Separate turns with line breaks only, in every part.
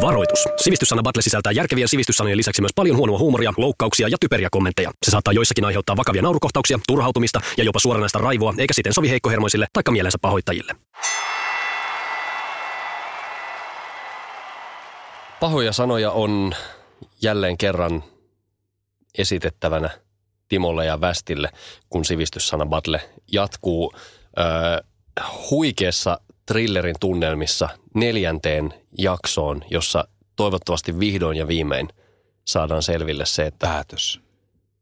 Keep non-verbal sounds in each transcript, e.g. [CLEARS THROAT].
Varoitus. Sivistyssana Battle sisältää järkevien sivistyssanojen lisäksi myös paljon huonoa huumoria, loukkauksia ja typeriä kommentteja. Se saattaa joissakin aiheuttaa vakavia naurukohtauksia, turhautumista ja jopa suoranaista raivoa, eikä siten sovi heikkohermoisille tai mielensä pahoittajille.
Pahoja sanoja on jälleen kerran esitettävänä Timolle ja Västille, kun sivistyssana Battle jatkuu öö, huikeassa thrillerin tunnelmissa neljänteen jaksoon, jossa toivottavasti vihdoin ja viimein saadaan selville se, että
Päätös.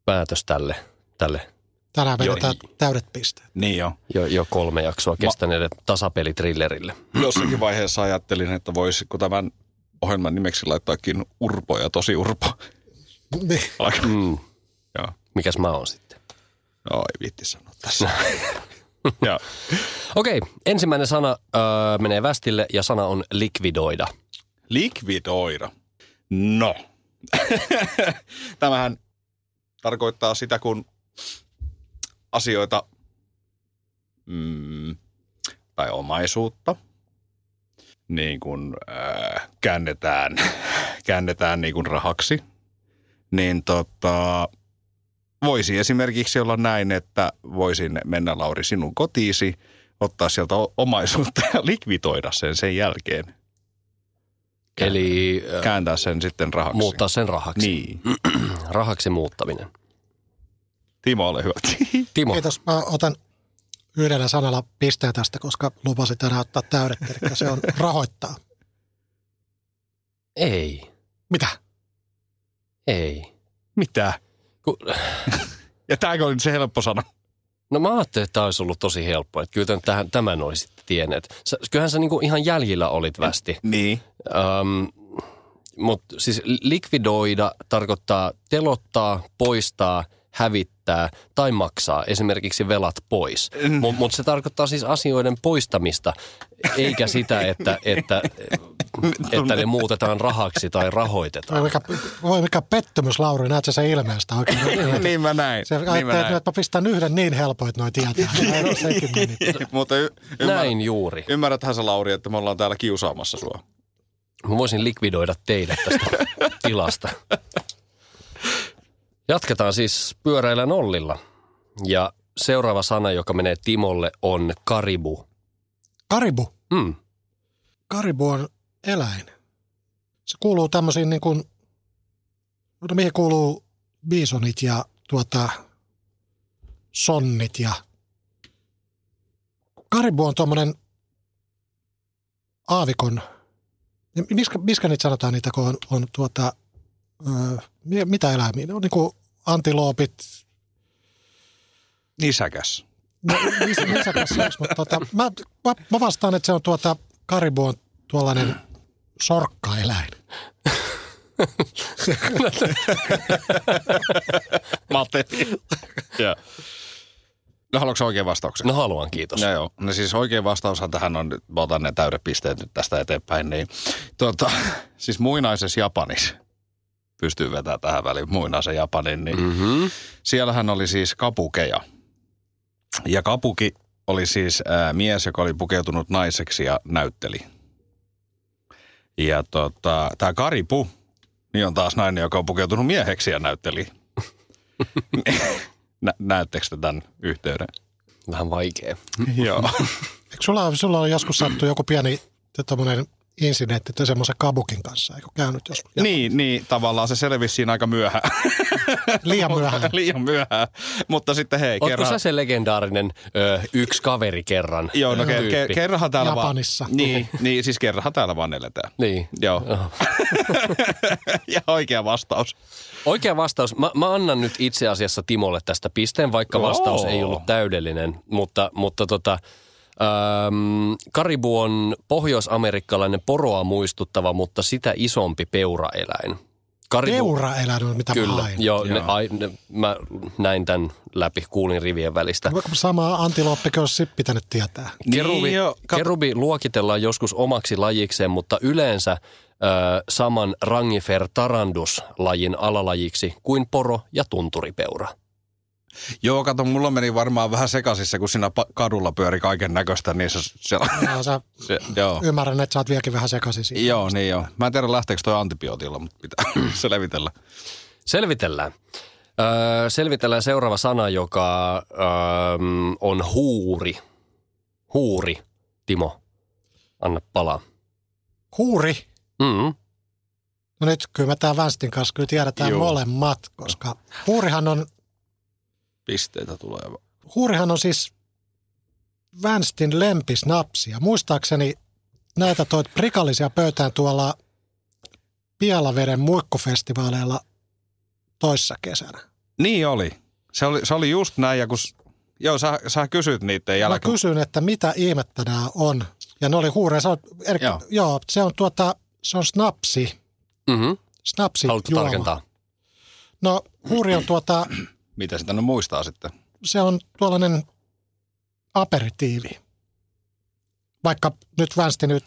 päätös tälle, tälle
Tänään
Joo,
vedetään täydet pisteet.
Niin jo.
jo, jo kolme jaksoa kestäneelle tasapelitrillerille.
Jossakin vaiheessa ajattelin, että voisiko tämän ohjelman nimeksi laittaakin Urpo ja tosi Urpo.
Niin.
Aika.
Mm.
Joo.
Mikäs mä oon sitten?
No ei viitti sanoa tässä. ja.
Okei, ensimmäinen sana öö, menee Västille ja sana on likvidoida.
Likvidoida. No. [LAUGHS] Tämähän tarkoittaa sitä, kun asioita mm, tai omaisuutta niin kuin, äh, käännetään, [LAUGHS] käännetään niin kuin rahaksi, niin tota, voisi esimerkiksi olla näin, että voisin mennä Lauri sinun kotiisi, ottaa sieltä o- omaisuutta ja [LAUGHS] likvidoida sen sen jälkeen
Eli öö,
kääntää sen sitten rahaksi.
muuttaa sen rahaksi.
Niin.
Rahaksi muuttaminen.
Timo, ole hyvä.
Timo,
Kiitos. Mä otan yhdellä sanalla pisteen tästä, koska lupasin tänään ottaa täydet.
[LAUGHS]
Eli se on rahoittaa.
ei,
Mitä?
ei.
Mitä?
Ku,
Ja tämäkö oli nyt se helppo sana?
No mä ajattelin, että tämä olisi ollut tosi helppo. Että kyllä tämän, tämän, tämän olisit tiennyt. Sä, kyllähän sä niinku ihan jäljillä olit västi.
Niin.
Öm, Mutta siis likvidoida tarkoittaa telottaa, poistaa, hävittää tai maksaa. Esimerkiksi velat pois. Mutta mut se tarkoittaa siis asioiden poistamista, eikä sitä, että, että, että ne muutetaan rahaksi tai rahoitetaan.
Voi mikä, voi mikä pettymys, Lauri. Näet sä sen ilmeestä oikein?
[LAUGHS] niin mä näin.
Se
niin mä
ajattelee,
näin.
että mä pistän yhden niin helpoin, että noi tietää.
[LAUGHS]
Ja no, sekin meni.
Mutta y- ymmärrät,
Näin juuri.
ymmärräthän sä, Lauri, että me ollaan täällä kiusaamassa sua.
Mä voisin likvidoida teidät tästä tilasta. Jatketaan siis pyöräillä nollilla. Ja seuraava sana, joka menee Timolle, on karibu.
Karibu.
Mm.
Karibu on eläin. Se kuuluu tämmöisiin niin kuin, no mihin kuuluu bisonit ja tuota, sonnit ja karibu on tuommoinen aavikon, ja miskä, miskä niitä sanotaan niitä, kun on, on tuota, ö, mi- mitä eläimiä, ne on niin kuin antiloopit,
Nisäkäs.
no mis- nisäkäs se olisi, mutta tuota, mä, mä, mä, vastaan, että se on tuota, karibu on tuollainen sorkkaeläin.
Mate. ja. No haluatko sä oikein vastauksen?
No haluan, kiitos.
No joo. No siis oikein vastaushan tähän on, nyt- mä otan ne täydepisteet nyt tästä eteenpäin, niin tuota, [LAUGHS] siis muinaisessa Japanissa pystyy vetämään tähän väliin muinaisen Japanin, niin
Mm-hmm.
siellähän oli siis kapukeja. Ja kapuki oli siis ää, mies, joka oli pukeutunut naiseksi ja näytteli. Ja tota, tämä Karipu, niin on taas nainen, joka on pukeutunut mieheksi ja
[LAUGHS]
näytteli. [LAUGHS] Nä, näettekö te tämän yhteyden?
Vähän vaikea.
Joo. [LAUGHS]
Eikö sulla, on- sulla on joskus sattu joku pieni tuommoinen incidentti tai semmoisen kabukin kanssa, eikö käynyt joskus?
[LAUGHS] niin, niin, tavallaan se selvisi siinä aika myöhään.
Liian myöhään.
[LAUGHS] Liian myöhään. Mutta sitten hei,
Ootko
kerran...
sä se legendaarinen ö, yksi kaveri kerran?
Joo, no ke-
tyyppi?
ke- kerranhan täällä
Japanissa.
vaan... Niin, niin, siis kerranhan täällä vaan eletään.
Niin.
Joo. [LAUGHS] ja oikea vastaus.
Oikea vastaus. Mä, mä annan nyt itse asiassa Timolle tästä pisteen, vaikka vastaus
Oo.
ei ollut täydellinen. Mutta, mutta tota, äm, karibu on pohjoisamerikkalainen poroa muistuttava, mutta sitä isompi peuraeläin. Karibu,
Euraeläin on mitä mä
kyllä.
hain.
Joo, ne,
Joo.
ai, ne, mä näin tämän läpi, kuulin rivien välistä.
Sama antiloppikö olisi pitänyt tietää.
Kerubi,
Niin joo, kat-
kerubi luokitellaan joskus omaksi lajikseen, mutta yleensä ö, saman Rangifer tarandus-lajin alalajiksi kuin poro ja tunturipeura.
Joo, kato, mulla meni varmaan vähän sekaisissa, kun siinä pa- kadulla pyöri kaiken näköistä, niin se, se,
Ja sä
se joo.
ymmärrän, että sä oot vieläkin vähän sekaisin siitä.
Joo, niin joo. Mä en tiedä lähteekö toi antibiootilla, mutta pitää [LAUGHS] se levitellä.
Selvitellään. Öö, selvitellään seuraava sana, joka öö, on huuri. Huuri, Timo. Anna palaa.
Huuri.
Mm-hmm.
No nyt kyllä me tämän Vänstin kanssa kyllä tiedetään
Joo.
molemmat, koska huurihan on,
Pisteitä tulee.
huurihan on siis Vänstin lempisnapsi. Ja muistaakseni näitä toit prikallisia pöytään tuolla Pialaveden muikkufestivaaleilla toissa kesänä.
Niin oli. Se oli, se oli just näin, ja kun... s- Joo, sä, sä kysyt niiden
Mä
jälkeen.
kysyin, että mitä ihmettä nämä on. Ja ne oli huureja. Se on, er, joo.
Joo.
joo. se on tuota, se on snapsi.
Mm-hmm.
Niin,
Snapsi
Haluatko
juoma.
tarkentaa?
No huuri on tuota,
Mitä sitä nyt muistaa sitten?
se on tuollainen aperitiivi. Vaikka nyt Vänsti nyt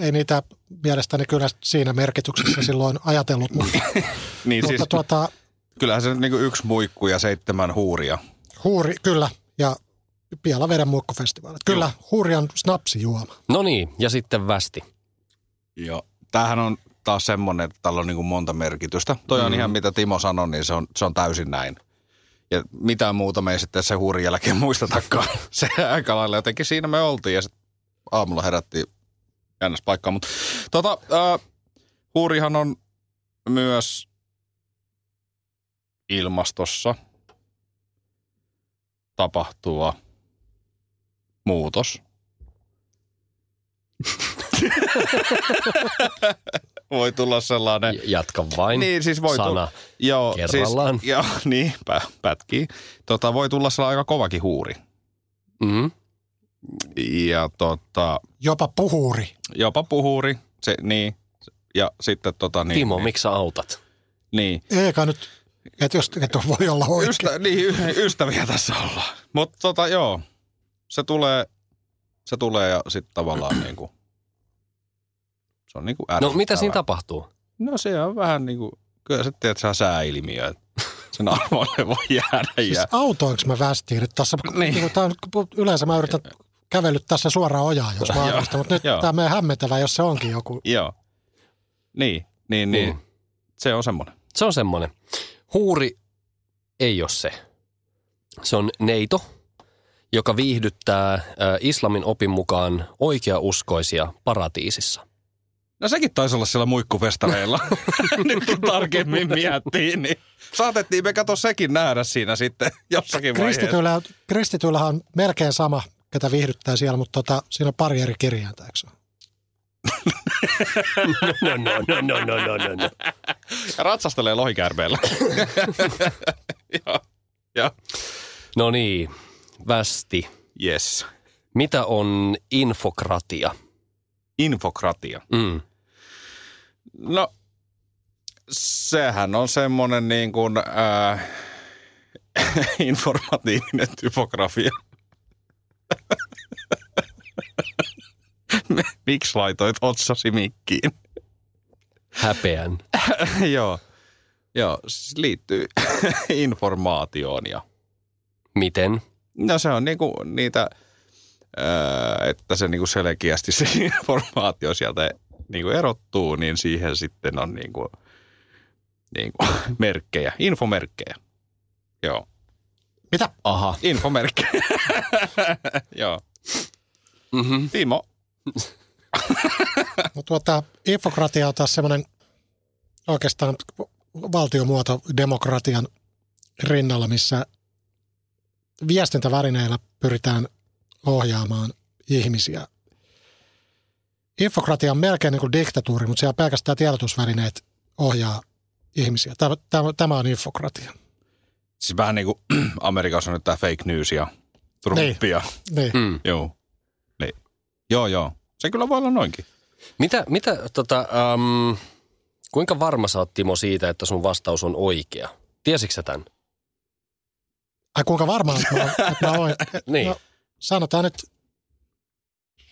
ei niitä mielestäni kyllä siinä merkityksessä silloin ajatellut, mutta,
Niin
mutta
siis,
tuota,
kyllähän se nyt niinku yksi muikku ja seitsemän huuria.
huuri, kyllä, ja Pialaveden muikkufestivaalit. Kyllä, huuri on snapsijuoma.
No niin, ja sitten västi.
Joo. Tämähän on taas semmoinen, että tällä on niinku monta merkitystä. Toi on ihan mitä Timo sanoi, niin se on, se on täysin näin. Ja mitään muuta me ei sitten se huurin jälkeen muistetakaan. [LAUGHS] se aika lailla jotenkin siinä me oltiin ja sitten aamulla herättiin jännäs paikkaan. Mutta tota, äh, huurihan on myös ilmastossa tapahtuva muutos. Voi tulla sellainen
J- Jatka vain.
Niin, siis voi
sana.
tulla. Joo,
Kerrallaan.
Siis, joo, [LAUGHS] niin, pä, pätkii. Tota, voi tulla sellainen aika kovakin huuri.
Mm-hmm.
Ja tota,
Jopa puhuuri.
jopa puhuuri, se, niin. Ja sitten tota niin.
Timo,
niin,
miksi sä autat?
Niin.
Eikä nyt, että jos et voi olla oikein.
Ystä, niin, y- ystäviä tässä ollaan. Mutta tota joo, se tulee, se tulee ja sitten tavallaan niinku, se on niinku
No,
ärsyttävää.
mitä siinä tapahtuu?
No se on vähän niinku, kyllä se tiedät, se on sääilmiö. että Sen arvoille voi jäädä.
Siis
Ja,
autoinko mä västiin nyt tässä?
Niin.
Niin. Tää on, yleensä mä yritän kävellyt tässä suoraan ojaa,
[LAUGHS]
jos mä
Joo.
arvistan, mutta nyt
Joo.
tämä menee hämmentävää, jos se onkin joku.
joo. Niin, niin, niin. Mm. Se on semmoinen.
Se on semmoinen. Huuri ei ole se. Se on neito, joka viihdyttää ö, islamin opin mukaan oikeauskoisia paratiisissa.
No sekin taisi olla siellä [LAUGHS] muikkufestareilla. Nyt kun tarkemmin miettii, niin saatettiin me kato sekin nähdä siinä sitten [LAUGHS] jossakin vaiheessa.
Kristityillä, kristityillä on melkein sama, ketä viihdyttää siellä, mutta tota, siinä on pari eri kirjainta, eikö se ole?
No, no, no, no, no, no, no, no.
Ja ratsastelee lohikäärmeellä. Joo. Joo.
no niin, västi.
[LAUGHS] Yes.
Mitä on infokratia?
Infokratia.
Mm.
No, sehän on semmoinen niin kuin äh, [LAUGHS] informatiivinen typografia. [LAUGHS] Miksi laitoit otsasi mikkiin?
Häpeän.
[LAUGHS] Joo. Joo, siis liittyy [LAUGHS] informaatioon ja
Miten?
no se on niinku niitä, ää, että se niinku selkeästi se [LAUGHS] informaatio sieltä niinku erottuu, niin siihen sitten on niinku, niinku [LAUGHS] merkkejä, infomerkkejä. Joo,
Mitä?
Aha.
infomerkkejä. [LAUGHS] Joo.
Mm-hmm.
Timo,
No, tuota, infokratia on taas semmoinen oikeastaan valtiomuoto demokratian rinnalla, missä viestintävälineillä pyritään ohjaamaan ihmisiä. Infokratia on melkein niin kuin diktatuuri, mutta siellä pelkästään tiedotusvälineet ohjaa ihmisiä. Tämä, tämä, tämä on infokratia.
siis vähän niinku [CLEARS THROAT] Amerikassa on nyt tää fake news ja trumpia.
Niin.
Mm.
Joo. Niin. Joo, joo. Se kyllä voi olla noinkin.
Mitä, mitä tota, äm, Kuinka varma sä oot, Timo, siitä, että sun vastaus on oikea? Tiesitkö sä tämän?
Ai kuinka varmaan, että mä, oon- että mä oon.
Niin.
No, sanotaan nyt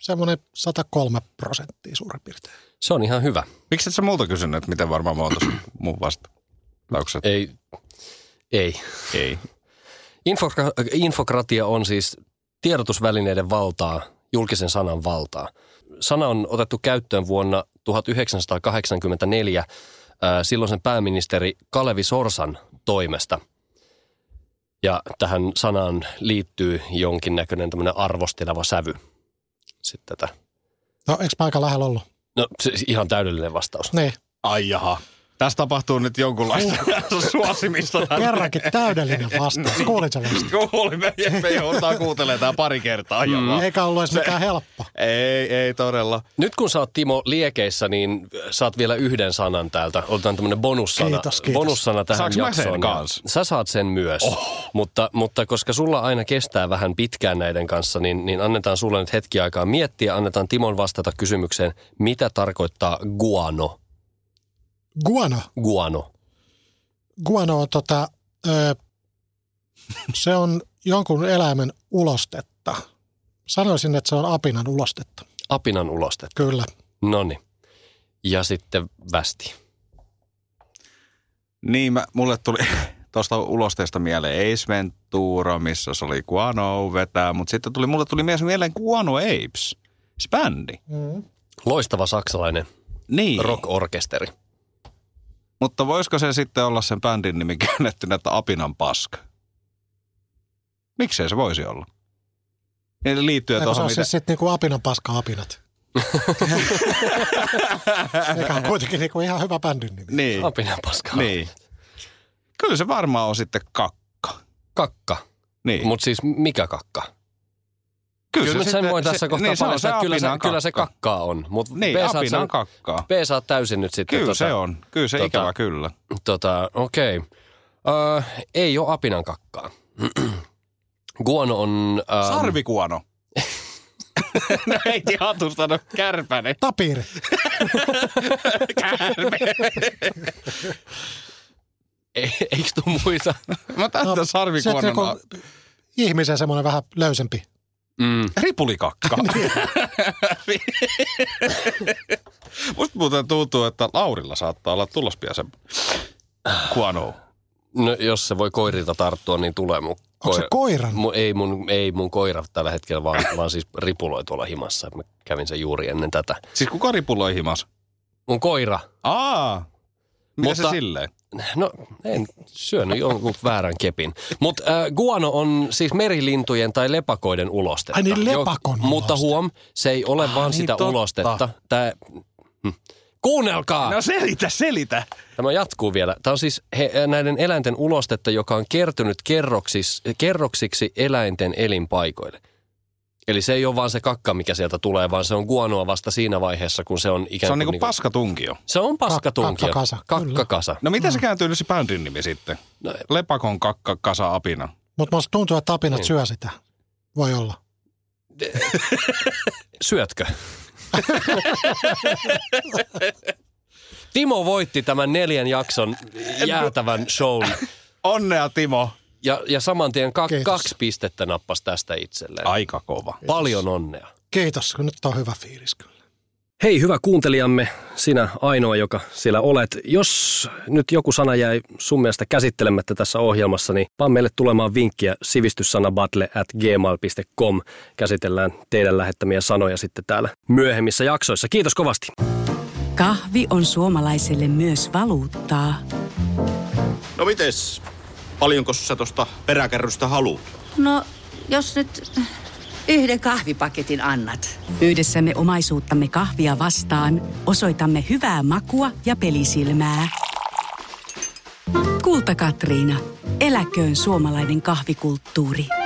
semmoinen 103 prosenttia suurin piirtein.
Se on ihan hyvä.
Miksi et sä multa kysynyt, että miten varmaan mä oon tossa [CLEARS THROAT] mun vastaukset?
Ei, ei.
Ei.
Infogra- äh, infokratia on siis tiedotusvälineiden valtaa, julkisen sanan valtaa. Sana on otettu käyttöön vuonna 1984 äh, silloisen pääministeri Kalevi Sorsan toimesta. Ja tähän sanaan liittyy jonkinnäköinen tämmöinen arvosteleva sävy. Sitten tätä.
No eikö mä aika lähellä ollut?
No se, ihan täydellinen vastaus.
Niin,
Ai jaha. Tässä tapahtuu nyt jonkunlaista [LAUGHS] suosimista.
kerrankin täydellinen vastaus.
Niin.
Kuulin sen vasta.
Kuulimme, Jeppe joutaa kuuntelemaan tää pari kertaa. Mm.
Eikä ollut edes mikään helppo.
Ei, ei todella.
Nyt kun sä oot Timo liekeissä, niin saat vielä yhden sanan täältä. Otetaan tämmöinen bonussana,
Kiitos, kiitos.
bonussana tähän
Saanko mä sen
jaksoon.
kanssa?
Sä saat sen myös, oh. mutta, mutta koska sulla aina kestää vähän pitkään näiden kanssa, niin, niin annetaan sulle nyt hetki aikaa miettiä. Annetaan Timon vastata kysymykseen, mitä tarkoittaa guano?
Guano.
Guano.
Guano on tota, ö, se on jonkun eläimen ulostetta. Sanoisin, että se on apinan ulostetta.
Apinan uloste.
Kyllä.
Noni. Ja sitten västi.
Niin, mä, mulle tuli [CLEARS THROAT] tuosta ulosteesta mieleen Ace Ventura, missä se oli Guano vetää, mutta sitten tuli, mulle tuli mies mieleen Guano Apes, se bändi.
Mm.
Loistava saksalainen
Niin,
rock-orkesteri.
mutta voisiko se sitten olla sen bändin nimi käännettynä, että Apinan paska? Miksei se voisi olla? Eli liittyy
Eikö se
tuohon,
on
mitä...
siis
Siis...
sitten niinku apinan
[LAUGHS]
paska apinat? Mikä on kuitenkin niinku ihan hyvä bändin nimi.
Niin,
Apinan paskaa.
niin. Kyllä se varmaan on sitten kakka.
Kakka.
Niin.
Mutta siis mikä kakka? Kyllä, kyllä se sen
sitten-
voi tässä
se-
kohtaa
niin,
niin,
se on
paljastaa,
se
että kyllä se,
apinan
kyllä se
kakka.
kakkaa on. Mutta
Niin, apinan kakkaa.
B saat täysin nyt sitten.
Kyllä
tota,
se on. Kyllä se
tota-
ikävä kyllä.
Tota, okei. Öö, ei ole apinan kakkaa. [CLEARS THROAT] Guano on... Öö, [LAUGHS]
Sarvikuono. no ei hatusta, no kärpäne.
Tapiri.
[LAUGHS] Eikö e- tuu muita?
Mä täytän no, sarvikuonon.
Se, että niinku ihmisen semmoinen vähän löysempi.
Mm.
[LAUGHS] Ripulikakka. Niin. [LAUGHS] Musta muuten tuntuu, että Laurilla saattaa olla tulos pian se kuono.
No, jos se voi koirilta tarttua, niin tulee mun
Onko se koiran?
Mun, ei, mun, ei mun koira tällä hetkellä, vaan, vaan siis ripuloi tuolla himassa. Mä kävin sen juuri ennen tätä.
Siis kuka ripuloi himas?
Mun koira
Aa, mitä Mutta... se
Mutta-
silleen?
No, en syönyt jonkun väärän kepin. Mutta äh, guano on siis merilintujen tai lepakoiden ulostetta.
Ai niin,
Jo-
lepakon
Mutta
uloste.
huom, se ei ole vaan sitä
totta.
ulostetta. Tää, hm. Kuunnelkaa!
No selitä, selitä.
Tämä jatkuu vielä. Tämä on siis he, näiden eläinten ulostetta, joka on kertynyt kerroksis, kerroksiksi eläinten elinpaikoille. Eli se ei ole vaan se kakka, mikä sieltä tulee, vaan se on guanoa vasta siinä vaiheessa, kun se on ikään
Se
kuin...
on niinku
niinku-
paskatunkio.
se on paskatunkio.
kakkakasa, kyllä.
Kakkakasa.
No mitä se kääntyy nyt se bändin nimi sitten?
No,
Lepakon kakka kasa apina.
Mutta musta tuntuu, että apinat syö sitä. Voi olla.
Syötkö? Timo voitti tämän neljän jakson jäätävän shown
Onnea Timo.
ja, ja saman tien ka-
Kiitos.
kaksi pistettä nappasi tästä itselleen.
Aika kova.
Paljon onnea.
Kiitos, kun nyt on hyvä fiilis kyllä.
Hei hyvä kuuntelijamme, sinä ainoa, joka siellä olet. Jos nyt joku sana jäi sun mielestä käsittelemättä tässä ohjelmassa, niin vaan meille tulemaan vinkkiä sivistyssanabattle at gmail.com. Käsitellään teidän lähettämiä sanoja sitten täällä myöhemmissä jaksoissa. Kiitos kovasti.
Kahvi on suomalaiselle myös valuuttaa.
No mites? Paljonko sä tosta peräkärrystä haluut?
No, jos nyt yhden kahvipaketin annat.
Yhdessämme omaisuuttamme kahvia vastaan osoitamme hyvää makua ja pelisilmää. Kulta Katriina. Eläköön suomalainen kahvikulttuuri.